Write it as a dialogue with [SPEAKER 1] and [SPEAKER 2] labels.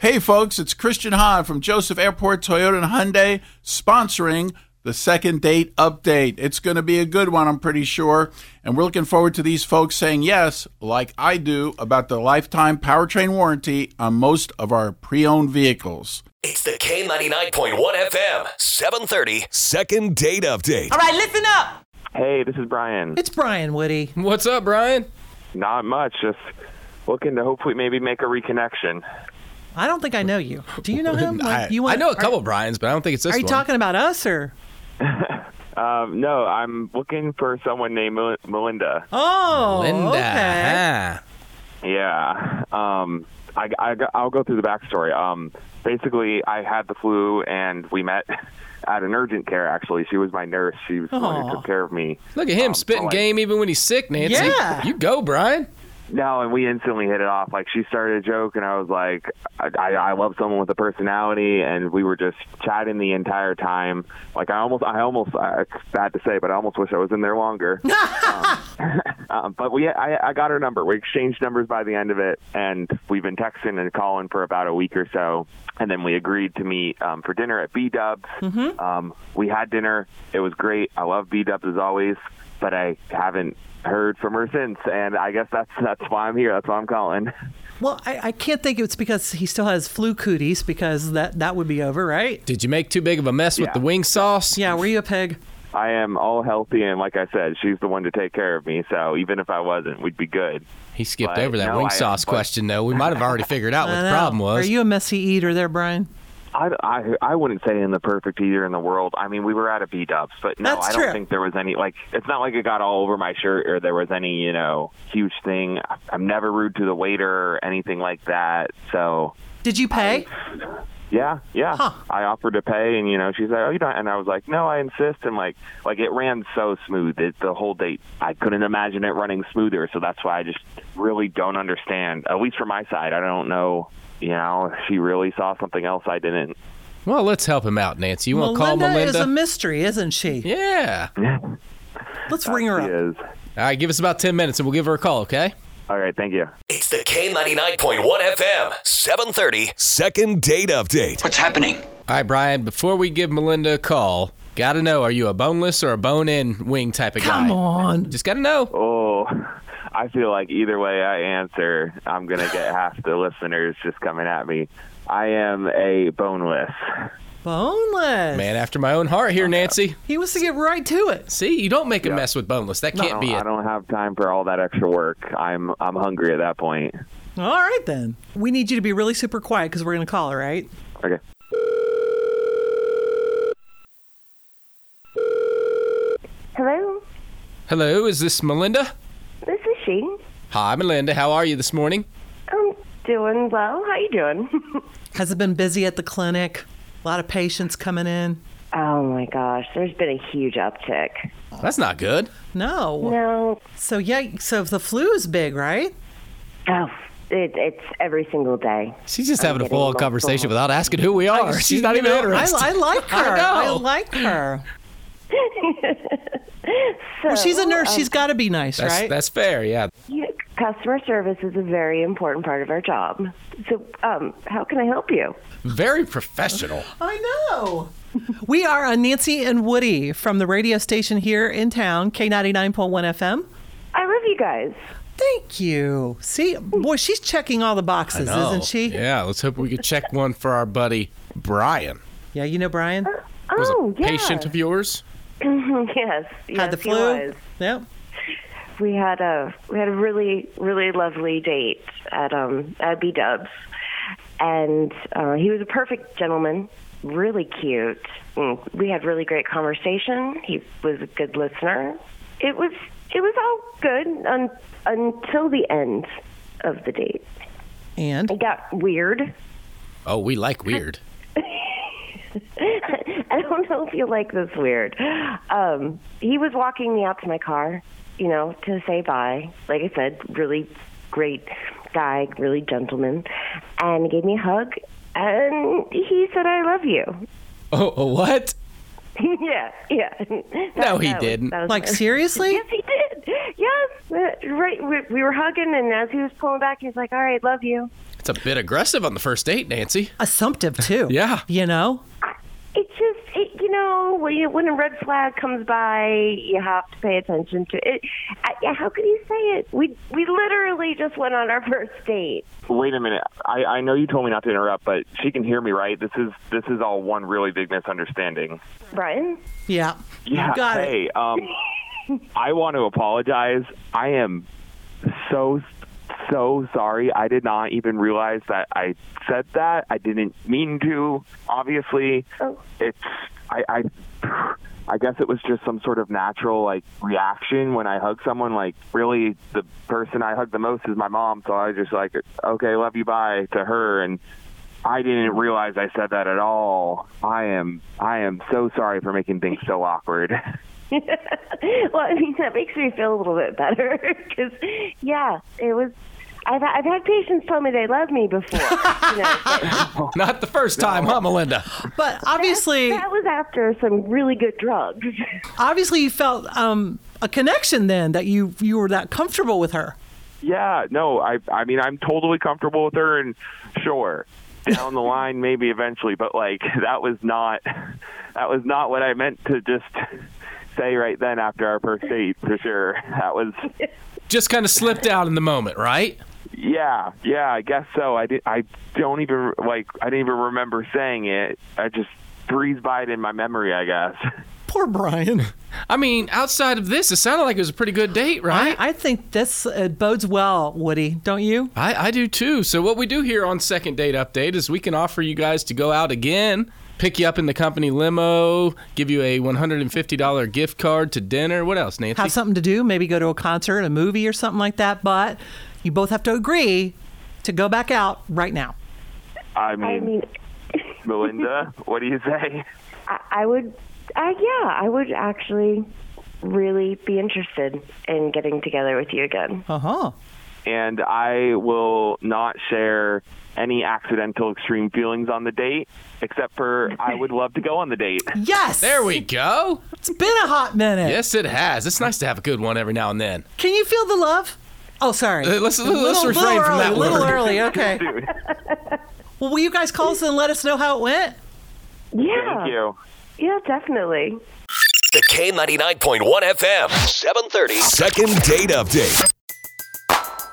[SPEAKER 1] Hey, folks, it's Christian Hahn from Joseph Airport Toyota and Hyundai sponsoring the second date update. It's going to be a good one, I'm pretty sure. And we're looking forward to these folks saying yes, like I do, about the lifetime powertrain warranty on most of our pre owned vehicles.
[SPEAKER 2] It's the K99.1 FM, 730.
[SPEAKER 3] Second date update.
[SPEAKER 4] All right, listen up.
[SPEAKER 5] Hey, this is Brian.
[SPEAKER 6] It's Brian Woody.
[SPEAKER 7] What's up, Brian?
[SPEAKER 5] Not much. Just looking to hopefully maybe make a reconnection.
[SPEAKER 6] I don't think I know you. Do you know him? Like, you
[SPEAKER 7] I know a
[SPEAKER 6] are-
[SPEAKER 7] couple Brians, but I don't think it's this
[SPEAKER 6] Are, you
[SPEAKER 7] one.
[SPEAKER 6] talking about us or?
[SPEAKER 5] Um, no, I'm looking for someone named Mel- Melinda.
[SPEAKER 6] Oh,
[SPEAKER 7] Linda.
[SPEAKER 6] okay.
[SPEAKER 7] huh?
[SPEAKER 5] Yeah. Um, I, I, I'll go through the backstory. Um, basically, I had the flu and we met at an urgent care, actually. She was my nurse. She was the one
[SPEAKER 6] Aw.
[SPEAKER 5] who took care of me.
[SPEAKER 7] Look at him
[SPEAKER 5] Um,
[SPEAKER 7] spitting
[SPEAKER 5] like-
[SPEAKER 7] game even when he's sick, Nancy.
[SPEAKER 6] Yeah.
[SPEAKER 7] You go, Brian.
[SPEAKER 5] No, and we instantly hit it off. Like she started a joke, and I was like, I, I, I love someone with a personality, and we were just chatting the entire time. Like I almost, I almost, I, it's bad to say, but I almost wish I was in there longer. um, um, but we, I, I got her number. We exchanged numbers by the end of it, and we've been texting and calling for about a week or so, and then we agreed to meet um, for dinner at B Dubs. Um, we had dinner. It was great. I love B Dubs as always, but I haven't heard from her since, and I guess that's that's why I'm here. That's why I'm calling.
[SPEAKER 6] Well, I, I can't think it's because he still has flu cooties because that that would be over, right?
[SPEAKER 7] Did you make too big of a mess with
[SPEAKER 5] Yeah.
[SPEAKER 7] the wing sauce?
[SPEAKER 6] Yeah, were you a pig?
[SPEAKER 5] I am all healthy, and like I said, she's the one to take care of me. So even if I wasn't, we'd be good.
[SPEAKER 7] He skipped
[SPEAKER 5] But
[SPEAKER 7] over that
[SPEAKER 5] no,
[SPEAKER 7] wing
[SPEAKER 5] I-
[SPEAKER 7] sauce
[SPEAKER 5] but-
[SPEAKER 7] question, though. We might have already figured out what
[SPEAKER 6] I
[SPEAKER 7] the
[SPEAKER 6] know.
[SPEAKER 7] problem was.
[SPEAKER 6] Are you a messy eater there, Brian?
[SPEAKER 5] I, I, I wouldn't say in the perfect either in the world. I mean, we were at a B Dubs, but no,
[SPEAKER 6] That's
[SPEAKER 5] I don't
[SPEAKER 6] true.
[SPEAKER 5] think there was any like. It's not like it got all over my shirt or there was any you know huge thing. I'm never rude to the waiter or anything like that. So
[SPEAKER 6] Did you pay?
[SPEAKER 5] Yeah, yeah.
[SPEAKER 6] Huh.
[SPEAKER 5] I offered to pay, and you know, she's like, "Oh, you don't," and I was like, "No, I insist." And like, like it ran so smooth it, the whole date. I couldn't imagine it running smoother, so that's why I just really don't understand. At least from my side, I don't know. You know, if she really saw something else I didn't.
[SPEAKER 7] Well, let's help him out, Nancy. You want to
[SPEAKER 6] Melinda,
[SPEAKER 7] call
[SPEAKER 6] is a
[SPEAKER 7] Melinda?
[SPEAKER 6] mystery, isn't she?
[SPEAKER 7] yeah. All
[SPEAKER 6] Let's ring her up.
[SPEAKER 5] Is
[SPEAKER 7] right, give us about 10 minutes and we'll give her a call, okay?
[SPEAKER 5] all right. Thank you.
[SPEAKER 2] It's the K99.1 FM, 730.
[SPEAKER 3] Second date update.
[SPEAKER 8] What's happening?
[SPEAKER 7] All right, Brian, before we give Melinda a call, got to know are you a boneless or a bone in wing type of guy?
[SPEAKER 6] Come on.
[SPEAKER 7] Just got to know.
[SPEAKER 5] Oh, I feel like either way I answer, I'm gonna get half the listeners just coming at me. I am a boneless.
[SPEAKER 6] Boneless.
[SPEAKER 7] Man after my own heart here, Nancy.
[SPEAKER 6] He wants to get right to it.
[SPEAKER 7] See, you don't make a mess with boneless. That
[SPEAKER 5] I
[SPEAKER 7] can't
[SPEAKER 5] don't-
[SPEAKER 7] be
[SPEAKER 5] I
[SPEAKER 7] it.
[SPEAKER 5] don't have time for all that extra work. I'm I'm hungry at that point.
[SPEAKER 6] All right, then. We need you to be really super quiet because we're going to call her, right?
[SPEAKER 5] Okay.
[SPEAKER 9] Hello,
[SPEAKER 7] Hello, is this Melinda?
[SPEAKER 9] this is she.
[SPEAKER 7] Hi, Melinda. How are you this morning?
[SPEAKER 9] I'm doing well. How you doing?
[SPEAKER 6] Has it been busy at the clinic? A lot of patients coming in?
[SPEAKER 9] oh my gosh, there's been a huge uptick.
[SPEAKER 7] That's not good.
[SPEAKER 6] No.
[SPEAKER 9] No,
[SPEAKER 6] So, yeah, so the flu is big, right?
[SPEAKER 9] oh, it, it's every single day.
[SPEAKER 7] She's just having a
[SPEAKER 9] getting
[SPEAKER 7] full
[SPEAKER 9] lost
[SPEAKER 7] conversation
[SPEAKER 9] on-
[SPEAKER 7] without asking who we are. She's not
[SPEAKER 6] You
[SPEAKER 7] even
[SPEAKER 6] know,
[SPEAKER 7] interested.
[SPEAKER 6] I, I like her.
[SPEAKER 7] I know.
[SPEAKER 6] like her.
[SPEAKER 9] So
[SPEAKER 6] Well, she's a nurse. She's got to be nice,
[SPEAKER 7] um, that's,
[SPEAKER 6] right?
[SPEAKER 7] that's fair, yeah.
[SPEAKER 9] you- customer service is a very important part of our job. So, um, how can I help you?
[SPEAKER 7] Very professional.
[SPEAKER 6] I know. we are on Nancy and Woody from the radio station here in town, K99.1 FM.
[SPEAKER 9] I love you guys.
[SPEAKER 6] Thank you. See, boy, she's checking all the boxes,
[SPEAKER 7] No.
[SPEAKER 6] isn't she?
[SPEAKER 7] Yeah, let's hope we could check one for our buddy Brian.
[SPEAKER 6] Yeah, you know Brian
[SPEAKER 7] Was
[SPEAKER 9] oh,
[SPEAKER 7] a
[SPEAKER 9] yeah. Mm-hmm,
[SPEAKER 7] patient of yours?
[SPEAKER 9] yes, yes,
[SPEAKER 6] had the
[SPEAKER 9] he
[SPEAKER 6] flu.
[SPEAKER 9] was.
[SPEAKER 6] Yep.
[SPEAKER 9] we had a we had a really really lovely date at um at B Dubs, and uh, he was a perfect gentleman, really cute. And we had really great conversation. He was a good listener. It was it was all good un, until the end of the date.
[SPEAKER 6] And
[SPEAKER 9] It got weird.
[SPEAKER 7] Oh, we like weird.
[SPEAKER 9] I don't know if you like this weird. Um, he was walking me out to my car, you know, to say bye. Like I said, really great guy, really gentleman, and he gave me a hug. And he said, "I love you."
[SPEAKER 7] Oh, oh, what?
[SPEAKER 9] yeah, yeah.
[SPEAKER 7] No, he
[SPEAKER 9] That was-
[SPEAKER 7] didn't.
[SPEAKER 9] that was
[SPEAKER 6] like
[SPEAKER 9] my-
[SPEAKER 6] seriously?
[SPEAKER 9] Yes, he did. Yes, uh, right. We, we were hugging, and as he was pulling back, he was like, "All right, love you."
[SPEAKER 7] It's It's a bit aggressive on the first date, Nancy.
[SPEAKER 6] Assumptive, too.
[SPEAKER 7] Yeah.
[SPEAKER 6] You know?
[SPEAKER 9] It's just, it, you know, when, you, when a red flag comes by, you have to pay attention to it. I, how can you say it? We we literally just went on our first date.
[SPEAKER 5] Wait a minute. I, I know you told me not to interrupt, but she can hear me, right? This is this is all one really big misunderstanding.
[SPEAKER 9] Brian,
[SPEAKER 6] Yeah.
[SPEAKER 5] Yeah.
[SPEAKER 6] You got it.
[SPEAKER 5] hey, um, I want to apologize. I am so so sorry. I did not even realize that I said that. I didn't mean to. Obviously,
[SPEAKER 9] Oh.
[SPEAKER 5] it's I. I I guess it was just some sort of natural like reaction when I hug someone. Like really, the person I hug the most is my mom, so I was just like, okay, love you, bye to her, and I didn't realize I said that at all. I am I am so sorry for making things so awkward.
[SPEAKER 9] well, I mean, that makes me feel a little bit better because, yeah, it was. I've I've had patients tell me they love me before. you know, but
[SPEAKER 7] Not the first time, huh, Melinda?
[SPEAKER 6] But obviously,
[SPEAKER 9] that was after some really good drugs.
[SPEAKER 6] obviously, you felt um, a connection then that you you were that comfortable with her.
[SPEAKER 5] Yeah, no, I I mean I'm totally comfortable with her and sure. Down the line maybe eventually, but like that was not that was not what I meant to just say right then after our first date for sure. That was
[SPEAKER 7] Just kind of slipped out in the moment, right?
[SPEAKER 5] yeah, yeah, I guess so. I did I don't even like I didn't even remember saying it. I just breezed by it in my memory, I guess.
[SPEAKER 6] Poor Brian.
[SPEAKER 7] I mean, outside of this, it sounded like it was a pretty good date, right?
[SPEAKER 6] I, I think this uh, bodes well, Woody, don't you?
[SPEAKER 7] I, I do too. So what we do here on Second Date Update is we can offer you guys to go out again, pick you up in the company limo, give you a $150 gift card to dinner. What else, Nancy?
[SPEAKER 6] Have something to do, maybe go to a concert, a movie, or something like that. But you both have to agree to go back out right now.
[SPEAKER 5] I mean,
[SPEAKER 9] I mean,
[SPEAKER 5] Melinda, what do you say?
[SPEAKER 9] I, I would, I yeah, I would actually really be interested in getting together with you again.
[SPEAKER 6] Uh
[SPEAKER 7] Uh-huh.
[SPEAKER 6] huh.
[SPEAKER 5] and I will not share any accidental extreme feelings on the date, except for I would love to go on the date.
[SPEAKER 6] Yes.
[SPEAKER 7] there we go.
[SPEAKER 6] It's been a hot minute.
[SPEAKER 7] Yes, it has. It's nice to have a good one every now and then.
[SPEAKER 6] Can you feel the love? Oh, sorry.
[SPEAKER 7] Uh, let's- let's refrain
[SPEAKER 6] little
[SPEAKER 7] from
[SPEAKER 6] early,
[SPEAKER 7] that
[SPEAKER 6] little
[SPEAKER 7] word.
[SPEAKER 6] early. Okay. well, will you guys call us and let us know how it went?
[SPEAKER 9] Yeah,
[SPEAKER 5] Thank you.
[SPEAKER 9] yeah, definitely.
[SPEAKER 2] The K99.1 FM, 730.
[SPEAKER 3] Second date update.